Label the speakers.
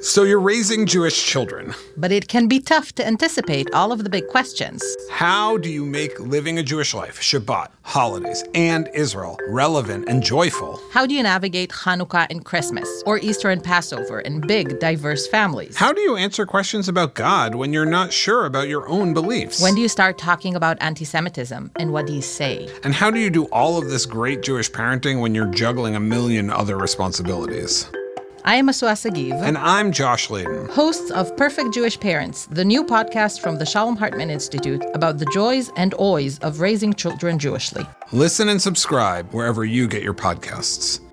Speaker 1: So you're raising Jewish children.
Speaker 2: But it can be tough to anticipate all of the big questions.
Speaker 1: How do you make living a Jewish life, Shabbat, holidays, and Israel relevant and joyful?
Speaker 2: How do you navigate Hanukkah and Christmas, or Easter and Passover in big, diverse families?
Speaker 1: How do you answer questions about God when you're not sure about your own beliefs?
Speaker 2: when do you start talking about anti Semitism and what do you say?
Speaker 1: and how do you do all of this great Jewish parenting when you're juggling a million other responsibilities?
Speaker 2: I am Asua Sagiv.
Speaker 1: And I'm Josh Layden.
Speaker 2: hosts of Perfect Jewish Parents, the new podcast from the Shalom Hartman Institute about the joys and oys of raising children Jewishly.
Speaker 1: Listen and subscribe wherever you get your podcasts.